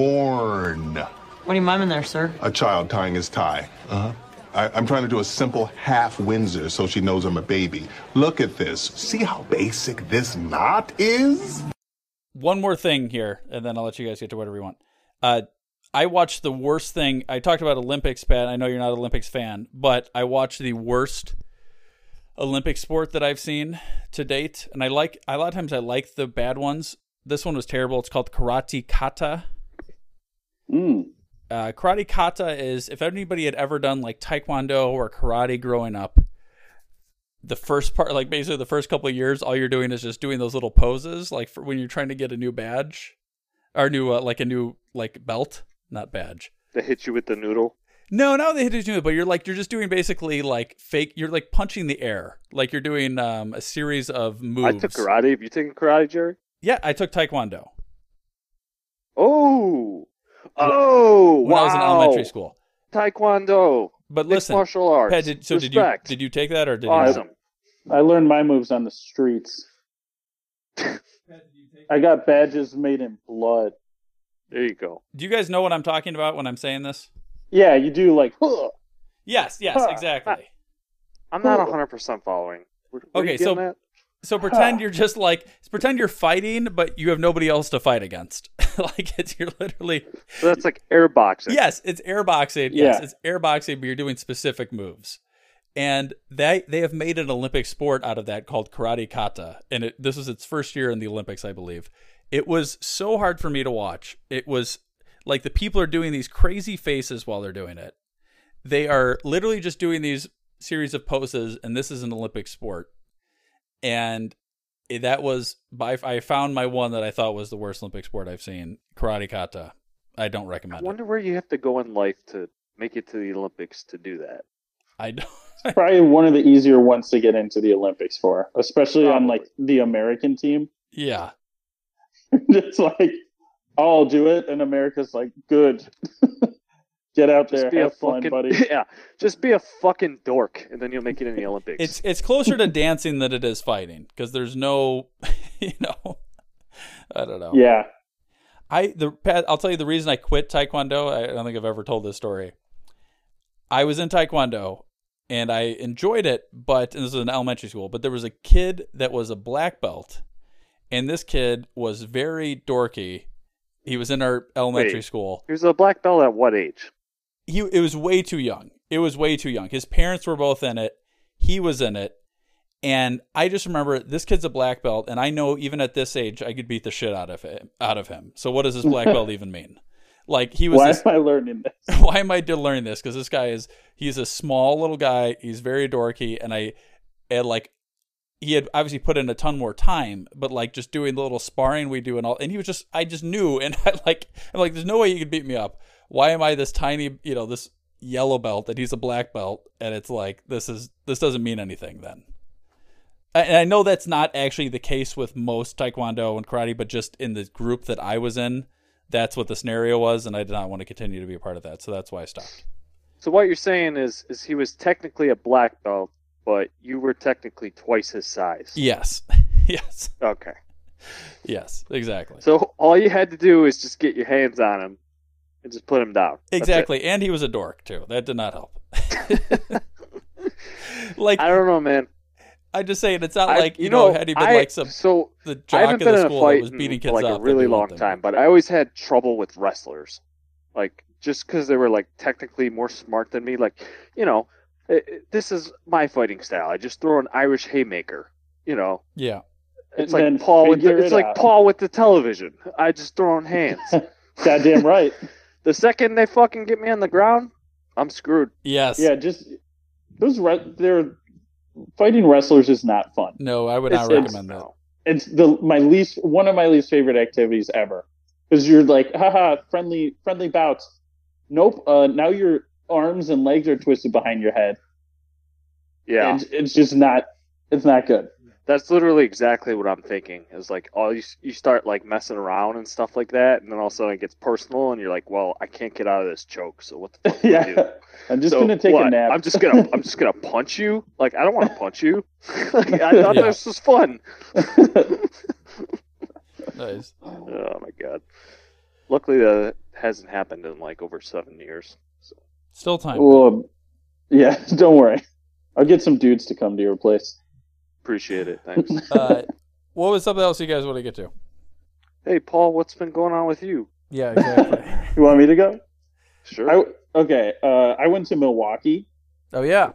Speaker 1: born?
Speaker 7: What are you mumming there, sir?
Speaker 1: A child tying his tie. Uh-huh. I, I'm trying to do a simple half Windsor so she knows I'm a baby. Look at this. See how basic this knot is?
Speaker 10: One more thing here, and then I'll let you guys get to whatever you want. Uh, I watched the worst thing. I talked about Olympics, Pat. I know you're not an Olympics fan, but I watched the worst Olympic sport that I've seen to date, and I like. A lot of times, I like the bad ones. This one was terrible. It's called Karate Kata.
Speaker 9: Mm.
Speaker 10: uh, karate kata is if anybody had ever done like taekwondo or karate growing up the first part like basically the first couple of years all you're doing is just doing those little poses like for when you're trying to get a new badge or new uh, like a new like belt not badge
Speaker 6: They hit you with the noodle.
Speaker 10: no no they hit it to it, but you're like you're just doing basically like fake you're like punching the air like you're doing um a series of moves
Speaker 6: I took karate. Have you taken karate, Jerry?
Speaker 10: yeah i took taekwondo
Speaker 6: Oh, oh,
Speaker 10: when
Speaker 6: wow.
Speaker 10: i was in elementary school
Speaker 6: Taekwondo,
Speaker 10: but
Speaker 6: mixed
Speaker 10: listen
Speaker 6: martial arts.
Speaker 10: Pat, did, so did you
Speaker 6: Respect.
Speaker 10: did you take that or did you
Speaker 6: awesome?
Speaker 9: I learned my moves on
Speaker 6: [LAUGHS]
Speaker 9: the streets. I got badges made in blood.
Speaker 6: There you go.
Speaker 10: Do you guys know what I'm talking about when I'm saying this?
Speaker 9: Yeah, you do like, [LAUGHS] "Huh."
Speaker 10: Yes, yes, exactly.
Speaker 6: I'm
Speaker 9: [LAUGHS]
Speaker 6: not 100 percent following. Where, where
Speaker 10: Okay,
Speaker 6: you getting
Speaker 10: so-
Speaker 6: at?
Speaker 10: So pretend you're just like pretend you're fighting, but you have nobody else to fight against. [LAUGHS] like it's you're literally
Speaker 6: so that's like air boxing.
Speaker 10: yes, it's airboxing. Yes,
Speaker 9: Yeah.
Speaker 10: it's airboxing, but you're doing specific moves. And they they have made an Olympic sport out of that called karate kata, and it, this is its first year in the Olympics, I believe. It was so hard for me to watch. It was like the people are doing these crazy faces while they're doing it. They are literally just doing these series of poses, and this is an Olympic sport. And it- that was by I found my one that I thought was the worst Olympic sport I've seen, karate kata. I don't
Speaker 6: I
Speaker 10: recommend it.
Speaker 6: wonder where you have to go in life to make it to the Olympics to do that.
Speaker 10: I don't.
Speaker 9: [LAUGHS]
Speaker 10: [LAUGHS]
Speaker 9: probably one of the easier ones to get into the Olympics for, especially on like the American team. [LAUGHS]
Speaker 10: Yeah.
Speaker 9: it's like, I'll do it. And America's like, good. [LAUGHS] get out
Speaker 6: Just
Speaker 9: there.
Speaker 6: be a
Speaker 9: Have fun,
Speaker 6: fucking [LAUGHS]
Speaker 9: buddy. [LAUGHS]
Speaker 6: yeah. Just be a fucking dork, and then you'll make it [LAUGHS] in the Olympics.
Speaker 10: It's it's closer to dancing than it is fighting because there's no, [LAUGHS] you know, I don't know.
Speaker 9: Yeah.
Speaker 10: I the Pat, I'll tell you the reason I quit taekwondo. I don't think I've ever told this story. I was in taekwondo and I enjoyed it, but and this was in elementary school. But there was a kid that was a black belt, and this kid was very dorky. He was in our elementary
Speaker 6: Wait.
Speaker 10: school.
Speaker 6: He was a black belt at what age?
Speaker 10: He it was way too young. It was way too young. His parents were both in it. He was in it. And I just remember this kid's a black belt, and I know even at this age I could beat the shit out of him. Out of him. So what does this
Speaker 9: [LAUGHS]
Speaker 10: black belt even mean? Like he was
Speaker 9: Why
Speaker 10: this-
Speaker 9: am I learning this?
Speaker 10: [LAUGHS] why am I de- learning this? Because this guy is he's a small little guy. He's very dorky, and I and like he had obviously put in a ton more time, but like just doing the little sparring we do and all, and he was just I just knew, [LAUGHS] and I like I'm like there's no way you could beat me up. Why am I this tiny you know this yellow belt and he's a black belt, and it's like this is this doesn't mean anything then. I- And I know that's not actually the case with most taekwondo and karate, but just in the group that I was in, that's what the scenario was, and I did not want to continue to be a part of that, so that's why I stopped.
Speaker 6: So what you're saying is, is he was technically a black belt, but you were technically twice his size.
Speaker 10: Yes, [LAUGHS] yes,
Speaker 6: Okay.
Speaker 10: yes, exactly,
Speaker 6: So all you had to do is just get your hands on him and just put him down. That's it.
Speaker 10: exactly. And he was a dork too. That did not help. [LAUGHS] like
Speaker 6: I don't know, man.
Speaker 10: I'm just saying, it's not
Speaker 6: I-
Speaker 10: like you, know, had he been
Speaker 6: I-
Speaker 10: like some
Speaker 6: so
Speaker 10: the
Speaker 6: I
Speaker 10: jock
Speaker 6: haven't
Speaker 10: of
Speaker 6: been in
Speaker 10: the
Speaker 6: a
Speaker 10: school that
Speaker 6: fight
Speaker 10: was
Speaker 6: in,
Speaker 10: beating kids
Speaker 6: like
Speaker 10: up
Speaker 6: a
Speaker 10: that'd
Speaker 6: really
Speaker 10: be one
Speaker 6: long
Speaker 10: thing.
Speaker 6: time, but I always had trouble with wrestlers, like just because they were like technically more smart than me. Like, you know, it, it- this is my fighting style. I just throw an Irish haymaker. You know,
Speaker 10: Yeah,
Speaker 6: it's
Speaker 9: And
Speaker 6: like
Speaker 9: then
Speaker 6: Paul. With the,
Speaker 9: figure
Speaker 6: it's
Speaker 9: it
Speaker 6: like
Speaker 9: out.
Speaker 6: Paul with the television. I just throw
Speaker 9: [LAUGHS]
Speaker 6: in hands.
Speaker 9: Goddamn right.
Speaker 6: the second they fucking get me on the ground, I'm screwed.
Speaker 10: yes,
Speaker 9: Yeah, just those. Re- they're fighting wrestlers is not fun.
Speaker 10: No, I would not
Speaker 9: It's-
Speaker 10: recommend that.
Speaker 9: It's the my least one of my least favorite activities ever because you're like, haha, friendly friendly bouts. Nope. Uh, now your arms and legs are twisted behind your head.
Speaker 6: Yeah,
Speaker 9: It's, it's just not. It's not good.
Speaker 6: That's literally exactly what I'm thinking. Is like, oh, you you start like messing around and stuff like that, and then all of a sudden it gets personal, and you're like, well, I can't get out of this choke. So what the fuck do I do?
Speaker 9: [LAUGHS] yeah. I'm just
Speaker 6: So
Speaker 9: gonna take
Speaker 6: what?
Speaker 9: a nap.
Speaker 6: I'm just gonna I'm just gonna punch you. Like I don't want to punch you. [LAUGHS] like,
Speaker 9: [LAUGHS]
Speaker 6: I thought
Speaker 10: Yeah.
Speaker 6: this was fun.
Speaker 10: Nice.
Speaker 6: Oh my god. Luckily that hasn't happened in like over seven years.
Speaker 10: Still time.
Speaker 9: Well, yeah. [LAUGHS] Don't worry. I'll get some dudes to come to your place.
Speaker 6: Appreciate it. Thanks.
Speaker 10: Uh, what was something else you guys want to get to?
Speaker 6: hey Paul, what's been going on with you? [LAUGHS]
Speaker 10: Yeah, exactly.
Speaker 9: You want me to go?
Speaker 6: Sure.
Speaker 9: I okay. Uh, I went to Milwaukee
Speaker 10: oh yeah,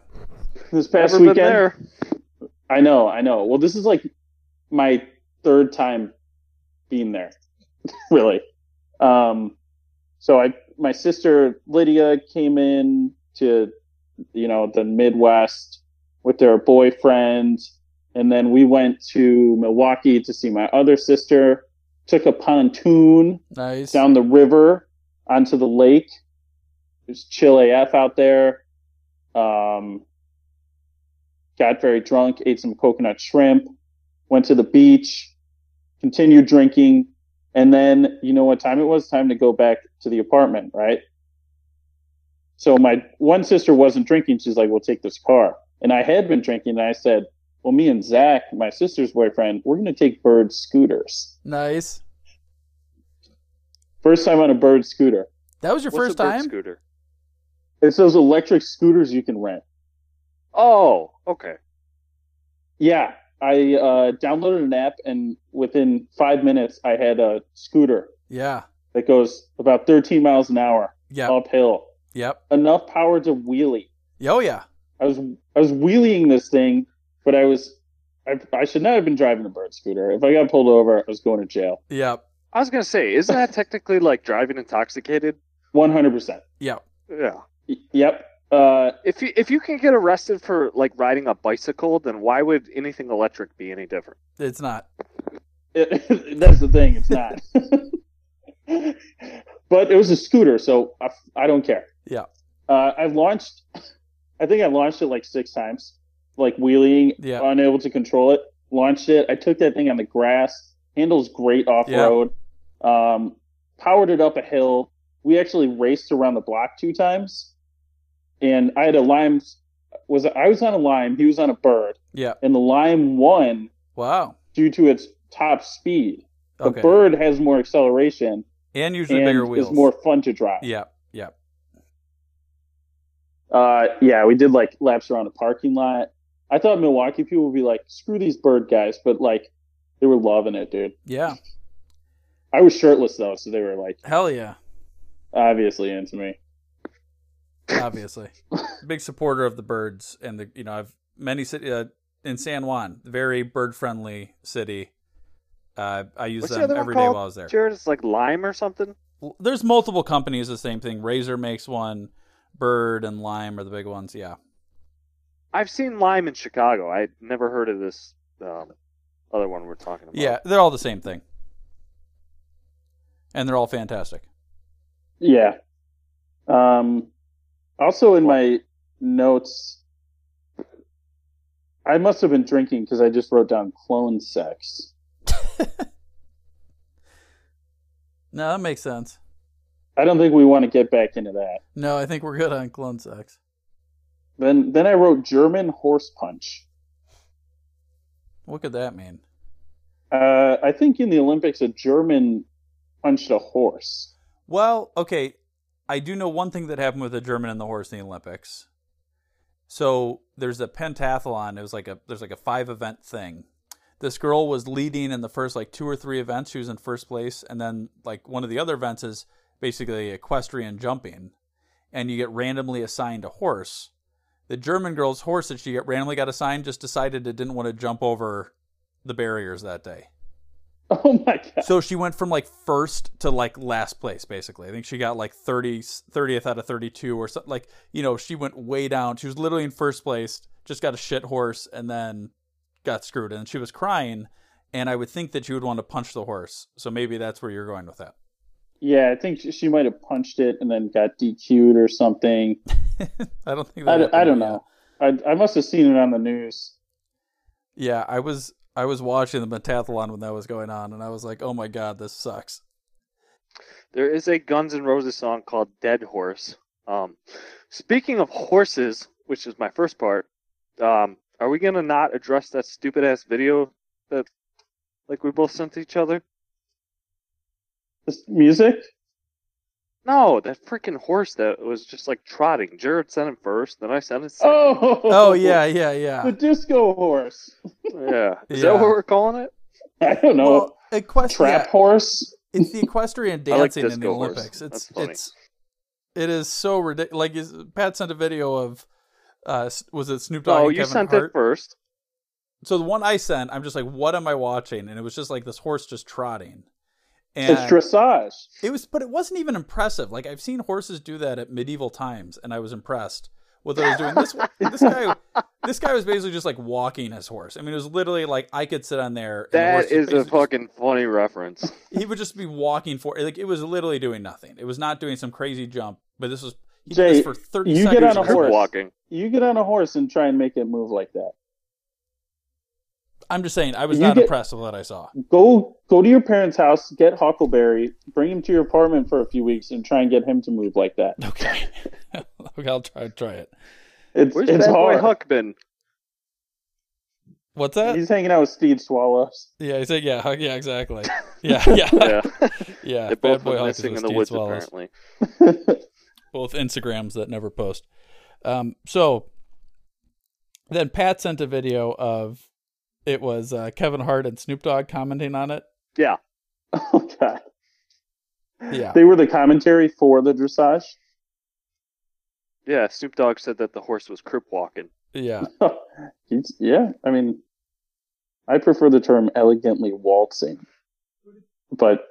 Speaker 9: this past
Speaker 6: Never
Speaker 9: weekend.
Speaker 6: been there.
Speaker 9: I know, I know. Well, this is like my third time being there, [LAUGHS] really. Um, so I, my sister Lydia came in to, you know, the Midwest with their boyfriend, and then we went to Milwaukee to see my other sister. Took a pontoon
Speaker 10: nice.
Speaker 9: down the river onto the lake. There's chill AF out there. Um, got very drunk, ate some coconut shrimp, went to the beach, continued drinking, and then you know what time it was? Time to go back to the apartment, right? So my one sister wasn't drinking. She's like, "We'll take this car," and I had been drinking. And I said, "Well, me and Zach, my sister's boyfriend, we're gonna take Bird scooters.
Speaker 10: nice.
Speaker 9: First time on a Bird scooter."
Speaker 10: That was your
Speaker 6: What's
Speaker 10: first
Speaker 6: a bird
Speaker 10: time.
Speaker 6: scooter.
Speaker 9: It's those electric scooters you can rent.
Speaker 6: Oh, okay.
Speaker 9: Yeah, I uh, downloaded an app, and within five minutes, I had a scooter
Speaker 10: Yeah.
Speaker 9: that goes about 13 miles an hour
Speaker 6: Oh.
Speaker 10: Yep.
Speaker 9: uphill.
Speaker 10: Yep.
Speaker 9: Enough power to wheelie.
Speaker 10: Oh yeah.
Speaker 9: I was I was wheeling this thing, but I was I, I should not have been driving the bird scooter. If I got pulled over, I was going to jail.
Speaker 10: Yep.
Speaker 6: I was gonna say, isn't that technically like driving intoxicated?
Speaker 9: 100. percent
Speaker 10: Yep.
Speaker 6: Yeah.
Speaker 9: Yep. Uh,
Speaker 6: If you if you can get arrested for like riding a bicycle, then why would anything electric be any different?
Speaker 10: It's not.
Speaker 9: It, [LAUGHS] that's the thing. It's
Speaker 10: [LAUGHS]
Speaker 9: not. but it was a scooter, so I, I don't care.
Speaker 10: Yeah.
Speaker 9: Uh, I've launched. [LAUGHS] I think I launched it like six times, like wheeling,
Speaker 10: Yeah.
Speaker 9: unable to control it. Launched it. I took that thing on the grass. Handles great off road. Um, powered it up a hill. We actually raced around the block two times, and I had a lime. Was I was on a lime? He was on a bird,
Speaker 10: Yeah.
Speaker 9: and the lime won
Speaker 10: Wow.
Speaker 9: due to its top speed. The
Speaker 10: Okay.
Speaker 9: bird has more acceleration
Speaker 10: And usually bigger
Speaker 9: and
Speaker 10: wheels.
Speaker 9: is more fun to drive.
Speaker 10: Yep. Yep.
Speaker 9: Uh, yeah, we did like laps around a parking lot. I thought Milwaukee people would be like, screw these bird guys, but like They were loving it, dude.
Speaker 10: Yeah.
Speaker 9: I was shirtless though, so they were like
Speaker 10: Hell yeah.
Speaker 9: obviously into me.
Speaker 10: Obviously.
Speaker 6: [LAUGHS]
Speaker 10: Big supporter of the birds and the you know, I've many city uh, in San Juan, very bird friendly city. Uh, I use
Speaker 6: What's the
Speaker 10: them
Speaker 6: other one
Speaker 10: every day while
Speaker 6: called,
Speaker 10: I was there.
Speaker 6: Jared, it's like lime or something.
Speaker 10: There's multiple companies the same thing. Razor makes one, Bird and Lime are the big ones, yeah.
Speaker 6: I've seen lime in Chicago. I never heard of this um, other one we're talking about.
Speaker 10: Yeah, they're all the same thing. And they're all fantastic.
Speaker 9: Yeah. Um, also in my notes, I must have been drinking because I just wrote down clone sex.
Speaker 10: No, that makes sense.
Speaker 9: I don't think we want to get back into that.
Speaker 10: No, I think we're good on clone sex.
Speaker 9: Then then I wrote German horse punch.
Speaker 10: What could that mean?
Speaker 9: Uh, I think in the Olympics a German punched a horse. [LAUGHS]
Speaker 10: Well, okay, I do know one thing that happened with the German and the horse in the Olympics. So there's a pentathlon. It was like a there's like a five event thing. This girl was leading in the first like two or three events. She was in first place, and then like one of the other events is basically equestrian jumping, and you get randomly assigned a horse. The German girl's horse that she got randomly got assigned just decided it didn't want to jump over the barriers that day.
Speaker 9: Oh my god.
Speaker 10: So she went from like first to like last place, basically. I think she got like 30, 30th out of 32 or something. Like, you know, she went way down. She was literally in first place, just got a shit horse, and then got screwed. And she was crying. And I would think that you would want to punch the horse. So maybe that's where you're going with that.
Speaker 9: Yeah, I think she- she might have punched it and then got DQ'd or something.
Speaker 10: I don't think that
Speaker 9: I, d-
Speaker 10: happened,
Speaker 9: I don't
Speaker 10: yeah.
Speaker 9: know. I, I must have seen it on the news.
Speaker 10: Yeah, I was I was watching the pentathlon when that was going on, and I was like, oh my god, this sucks.
Speaker 6: There is a Guns N' Roses song called Dead Horse. Um, speaking of horses, which is my first part, um, are we going to not address that stupid ass video that like we both sent to each other?
Speaker 9: This music?
Speaker 6: No, that freaking horse that was just like trotting. Jared sent it first, then I sent
Speaker 9: [LAUGHS]
Speaker 6: it second.
Speaker 9: Oh,
Speaker 10: Oh yeah, yeah, yeah.
Speaker 9: the disco horse. [LAUGHS]
Speaker 6: Yeah. Is
Speaker 10: Yeah.
Speaker 6: that what we're calling it?
Speaker 9: I don't know.
Speaker 10: Well, equestrian.
Speaker 9: Trap horse.
Speaker 10: it's the equestrian
Speaker 6: I like
Speaker 10: dancing in the
Speaker 6: disco horse.
Speaker 10: Olympics.
Speaker 6: That's
Speaker 10: It's
Speaker 6: funny.
Speaker 10: it's it is so ridiculous. Like is, Pat sent a video of uh S- was it Snoop Dogg?
Speaker 6: No,
Speaker 10: and
Speaker 6: Oh, you
Speaker 10: Kevin
Speaker 6: sent
Speaker 10: Hart?
Speaker 6: it first.
Speaker 10: So the one I sent, I'm just like, what am I watching? And it was just like this horse just trotting.
Speaker 9: [LAUGHS]
Speaker 10: And
Speaker 9: It's dressage.
Speaker 10: it was, but it wasn't even impressive. Like I've seen horses do that at medieval times, and I was impressed. What they was doing this
Speaker 6: [LAUGHS]
Speaker 10: this guy this guy was basically just like walking his horse. I mean, it was literally like I could sit on there. And the horse
Speaker 6: That
Speaker 10: just
Speaker 6: is a
Speaker 10: basically just
Speaker 6: fucking funny
Speaker 9: [LAUGHS]
Speaker 6: reference.
Speaker 10: he would just be walking for like it was literally doing nothing. It was not doing some crazy jump, but this was he did
Speaker 9: Jay,
Speaker 10: this for thirty
Speaker 9: you get on
Speaker 10: seconds.
Speaker 9: a
Speaker 10: and-
Speaker 9: horse.
Speaker 6: Walking.
Speaker 9: You get on a horse and try and make it move like that.
Speaker 10: I'm just saying, I was
Speaker 9: You
Speaker 10: not
Speaker 9: get-
Speaker 10: impressed with what I saw.
Speaker 9: Go go to your parents' house, get Huckleberry, bring him to your apartment for a few weeks, and try and get him to move
Speaker 6: [LAUGHS]
Speaker 9: like that.
Speaker 10: Okay, [LAUGHS] okay, I'll try try it.
Speaker 9: It's
Speaker 6: Where's
Speaker 9: it's
Speaker 6: that boy
Speaker 9: hard.
Speaker 6: Huck been?
Speaker 10: What's that?
Speaker 9: He's hanging out with Steve Swallows. [LAUGHS]
Speaker 10: yeah, he said, yeah, [LAUGHS] yeah, exactly. Yeah, yeah,
Speaker 6: Yeah.
Speaker 10: [LAUGHS] yeah.
Speaker 6: they
Speaker 10: Bad
Speaker 6: both
Speaker 10: Boy
Speaker 6: went
Speaker 10: Hawk is
Speaker 6: missing
Speaker 10: with
Speaker 6: in the
Speaker 10: Steve
Speaker 6: woods,
Speaker 10: Swallows.
Speaker 6: apparently.
Speaker 10: both Instagrams that never post. Um, so then Pat sent a video of it was uh, Kevin Hart and Snoop Dogg commenting on it.
Speaker 6: Yeah.
Speaker 9: [LAUGHS] oh god,
Speaker 10: Yeah,
Speaker 9: they were the commentary for the dressage.
Speaker 6: Yeah, Snoop Dogg said that the horse was crip walking.
Speaker 10: yeah.
Speaker 9: [LAUGHS] He's- yeah, I mean, I prefer the term elegantly waltzing, but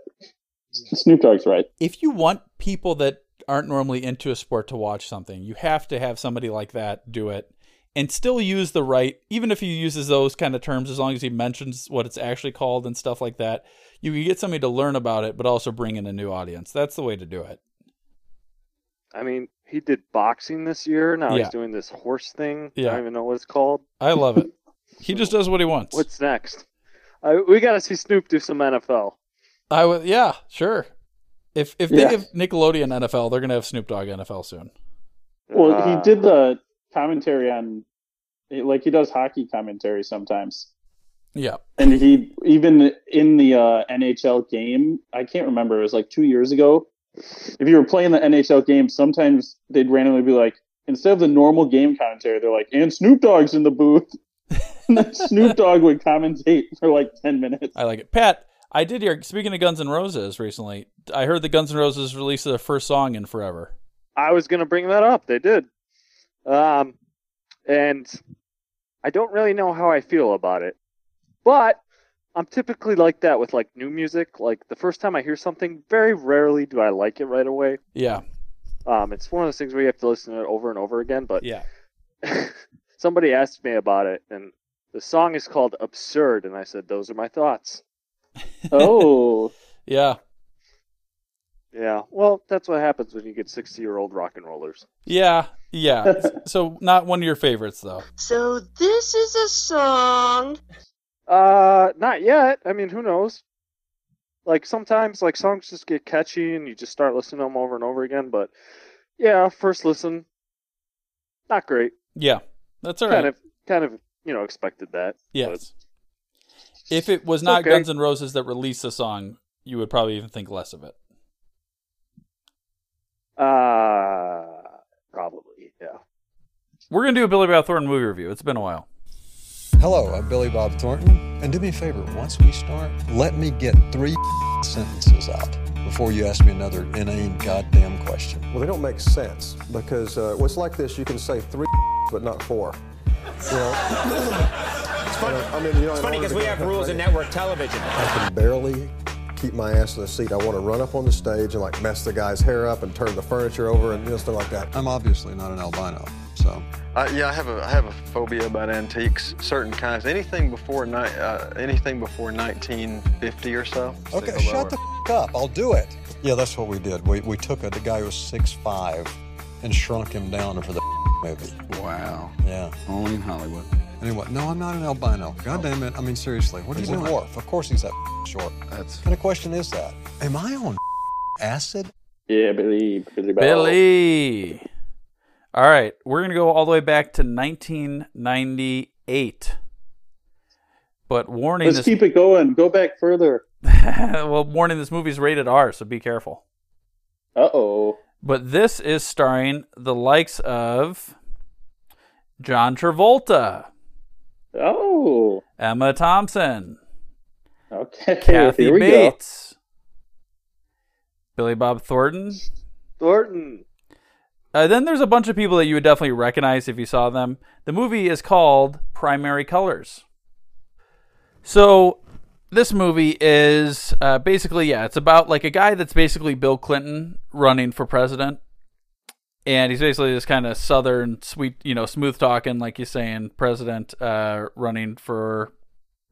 Speaker 9: Snoop Dogg's right.
Speaker 10: if you want people that aren't normally into a sport to watch something, you have to have somebody like that do it and still use the right, even if he uses those kind of terms, as long as he mentions what it's actually called and stuff like that, you can get somebody to learn about it, but also bring in a new audience. That's the way to do it.
Speaker 6: I mean, he did boxing this year. Now
Speaker 10: Yeah.
Speaker 6: he's doing this horse thing. I
Speaker 10: Yeah.
Speaker 6: don't even know what it's called.
Speaker 10: I
Speaker 6: [LAUGHS]
Speaker 10: love it. he just does what he wants.
Speaker 6: What's next? Uh, we got to see Snoop do some NFL.
Speaker 10: I would, yeah, sure. If if they
Speaker 9: Yeah.
Speaker 10: give Nickelodeon NFL, they're gonna have Snoop Dogg NFL soon.
Speaker 9: Well,
Speaker 6: Uh,
Speaker 9: he did the commentary on, like he does hockey commentary sometimes,
Speaker 10: Yeah,
Speaker 9: and he even in the uh, NHL game, I can't remember. It was like two years ago. If you were playing the NHL game, sometimes they'd randomly be like, instead of the normal game commentary, they're like, "And Snoop Dogg's in the booth." [LAUGHS] Snoop Dogg would commentate for like ten minutes.
Speaker 10: I like it. Pat, I did hear. Speaking of Guns N' Roses, recently I heard the Guns N' Roses released their first song in forever.
Speaker 6: I was going to bring that up. They did, um, and I don't really know how I feel about it, but I'm typically like that with like new music. Like the first time I hear something, very rarely do I like it right away.
Speaker 10: Yeah,
Speaker 6: Um, it's one of those things where you have to listen to it over and over again. But
Speaker 10: yeah.
Speaker 6: somebody asked me about it, and the song is called "Absurd," and I said, "Those are my
Speaker 10: [LAUGHS]
Speaker 6: thoughts."
Speaker 9: Oh,
Speaker 10: Yeah.
Speaker 6: Yeah, well, that's what happens when you get sixty-year-old rock and rollers.
Speaker 10: Yeah.
Speaker 6: [LAUGHS]
Speaker 10: Yeah. so not one of your favorites though.
Speaker 7: So this is a song.
Speaker 6: Uh, not yet. I mean, who knows? Like sometimes, like songs just get catchy, and you just start listening to them over and over again. But yeah, first listen, not great.
Speaker 10: Yeah. That's all right.
Speaker 6: Kind of, kind of, you know, expected that.
Speaker 10: yes. If it was not
Speaker 6: okay.
Speaker 10: Guns N' Roses that released the song, you would probably even think less of it.
Speaker 6: But, uh, probably, yeah.
Speaker 10: We're gonna do a Billy Bob Thornton movie review. It's been a while.
Speaker 3: Hello, I'm Billy Bob Thornton. And do me a favor, once we start, let me get three sentences out before you ask me another inane goddamn question.
Speaker 11: Well, they don't make sense because uh, well, it's like this: you can say three, but not four. You know? it's
Speaker 12: funny.
Speaker 11: I mean, you know,
Speaker 12: it's
Speaker 11: in
Speaker 12: funny
Speaker 11: order
Speaker 12: because
Speaker 11: to
Speaker 12: we
Speaker 11: get
Speaker 12: have
Speaker 11: that
Speaker 12: rules in
Speaker 11: money-
Speaker 12: network television.
Speaker 11: I can barely keep my ass in the seat. I want to run up on the stage and like mess the guy's hair up and turn the furniture over and you know, stuff like that.
Speaker 3: I'm obviously not an albino, so.
Speaker 13: Uh, yeah, I have a I have a phobia about antiques, certain kinds. Anything before ni- uh, anything before 1950 or so.
Speaker 3: Okay, shut the f- up. I'll do it. Yeah, that's what we did. We, we took a, the guy who was 6'5 and shrunk him down for the f- movie. Wow. Yeah. Only in Hollywood. Anyway, no, I'm not an albino. God damn it. I mean, seriously, what are
Speaker 13: He's
Speaker 3: you doing?
Speaker 13: a
Speaker 3: Dwarf. Of course he's that f- short. That's... What kind of question is that? Am I on f- acid?
Speaker 9: yeah, Billy, Billy, Bob.
Speaker 10: Billy. All right, we're gonna go all the way back to 1998. But warning,
Speaker 9: Let's
Speaker 10: this,
Speaker 9: keep it going. Go back further.
Speaker 10: [LAUGHS] well, warning, this movie's rated R, so be careful.
Speaker 9: Uh [LAUGHS] oh.
Speaker 10: But this is starring the likes of John Travolta,
Speaker 9: Oh.
Speaker 10: Emma Thompson,
Speaker 9: Okay.
Speaker 10: Kathy
Speaker 9: here we go.
Speaker 10: Bates, Billy Bob Thornton.
Speaker 6: Thornton.
Speaker 10: Uh, then there's a bunch of people that you would definitely recognize if you saw them. The movie is called Primary Colors. So this movie is uh, basically yeah, it's about like a guy that's basically Bill Clinton running for president, and he's basically this kind of southern sweet, you know, smooth talking, like you're saying, president uh, running for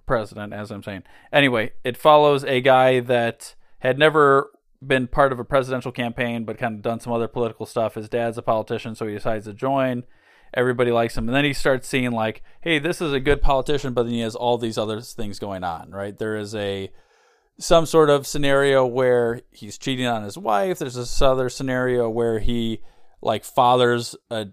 Speaker 10: president, as I'm saying. Anyway, it follows a guy that had never been part of a presidential campaign, but kind of done some other political stuff. His dad's a politician, so he decides to join. Everybody likes him, and then he starts seeing like, hey, this is a good politician, but then he has all these other things going on, right? There is a some sort of scenario where he's cheating on his wife. There's this other scenario where he like fathers a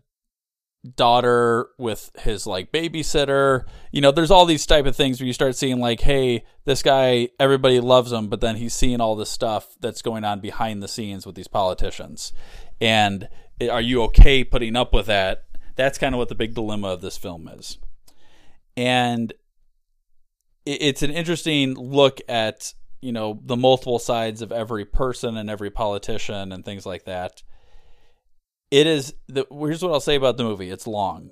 Speaker 10: daughter with his like babysitter. You know, there's all these type of things where you start seeing like, hey, this guy, everybody loves him, but then he's seeing all this stuff that's going on behind the scenes with these politicians. And are you okay putting up with that? That's kind of what the big dilemma of this film is. And it- it's an interesting look at, you know, the multiple sides of every person and every politician and things like that it is the here's what i'll say about the movie it's long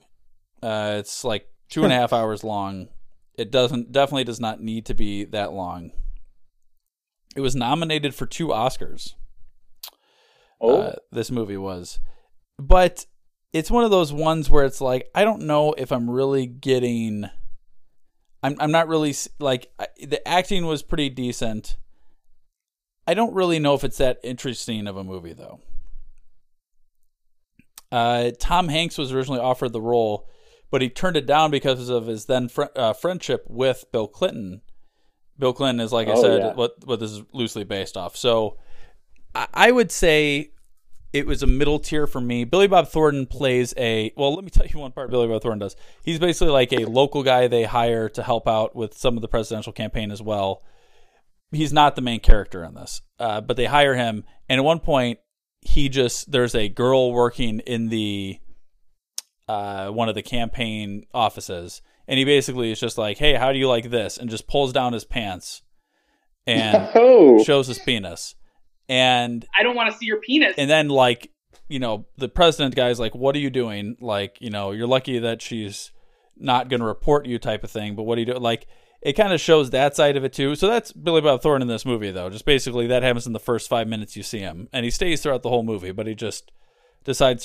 Speaker 10: uh it's like two and a half hours long it doesn't definitely does not need to be that long it was nominated for two oscars uh,
Speaker 9: Oh.
Speaker 10: this movie was but it's one of those ones where it's like i don't know if i'm really getting i'm, I'm not really s- like I, the acting was pretty decent i don't really know if it's that interesting of a movie though uh, Tom Hanks was originally offered the role, but he turned it down because of his then fr- uh, friendship with Bill Clinton. Bill Clinton is, like I
Speaker 5: Oh,
Speaker 10: said,
Speaker 5: yeah.
Speaker 10: what what this is loosely based off. So I, I would say it was a middle tier for me. Billy Bob Thornton plays a well. Let me tell you one part Billy Bob Thornton does. He's basically like a local guy they hire to help out with some of the presidential campaign as well he's not the main character in this, uh, but they hire him. And at one point, he just there's a girl working in the uh, one of the campaign offices, and he basically is just like, "Hey, how do you like this?" and just pulls down his pants and
Speaker 9: Oh.
Speaker 10: shows his penis. And
Speaker 12: I don't want to see your penis.
Speaker 10: and then like you know the president guy's like what are you doing like you know you're lucky that she's not going to report you type of thing but what do you do like it kind of shows that side of it too so that's billy bob thornton in this movie though just basically that happens in the first five minutes you see him and he stays throughout the whole movie but he just decides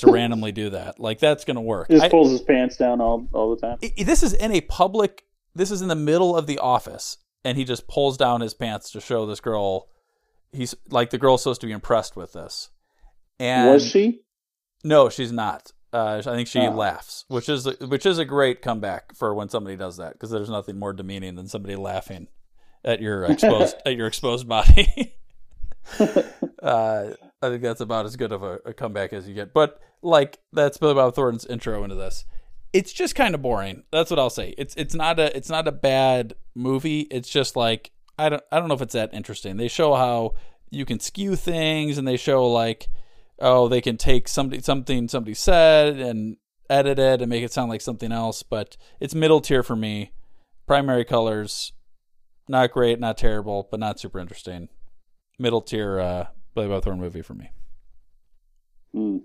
Speaker 12: [LAUGHS]
Speaker 10: to randomly do that like that's going to work
Speaker 9: He just
Speaker 10: I-
Speaker 9: pulls his pants down all, all the time.
Speaker 10: I- this is in a public this is in the middle of the office and he just pulls down his pants to show this girl he's like the girl's supposed to be impressed with this and
Speaker 9: Was she?
Speaker 10: no she's not uh, i think she
Speaker 9: Oh.
Speaker 10: laughs which is which is a great comeback for when somebody does that because there's nothing more demeaning than somebody laughing at your exposed at your exposed body [LAUGHS] uh, I think that's about as good of a, a comeback as you get. But like that's Billy Bob Thornton's intro into this. It's just kind of boring. That's what I'll say. It's it's not a it's not a bad movie. It's just like I don't I don't know if it's that interesting. They show how you can skew things, and they show like oh they can take somebody something somebody said and edit it and make it sound like something else. But it's middle tier for me. Primary colors, not great, not terrible, but not super interesting middle tier uh, Billy Bob Thornton movie for me.
Speaker 9: Mm.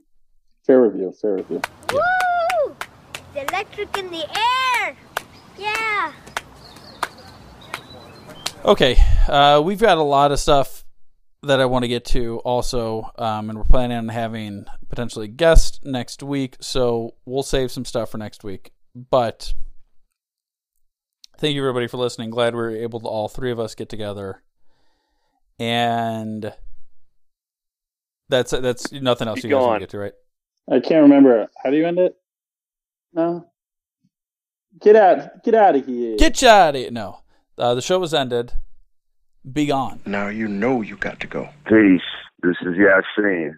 Speaker 9: Fair review. Fair review.
Speaker 14: Woo! It's electric in the air! Yeah!
Speaker 10: Okay, uh, we've got a lot of stuff that I want to get to also, um, and we're planning on having potentially a guest next week, so we'll save some stuff for next week. But thank you everybody for listening. Glad we were able to all three of us get together, and that's that's nothing else
Speaker 9: Keep
Speaker 10: you guys want
Speaker 9: going.
Speaker 10: to get to, right?
Speaker 9: I can't remember. How do you end it? No. Get out. Get out of here.
Speaker 10: Get you out of here! No, uh, the show was ended. Be gone.
Speaker 15: Now you know you got to go.
Speaker 16: Peace. This is Yasin.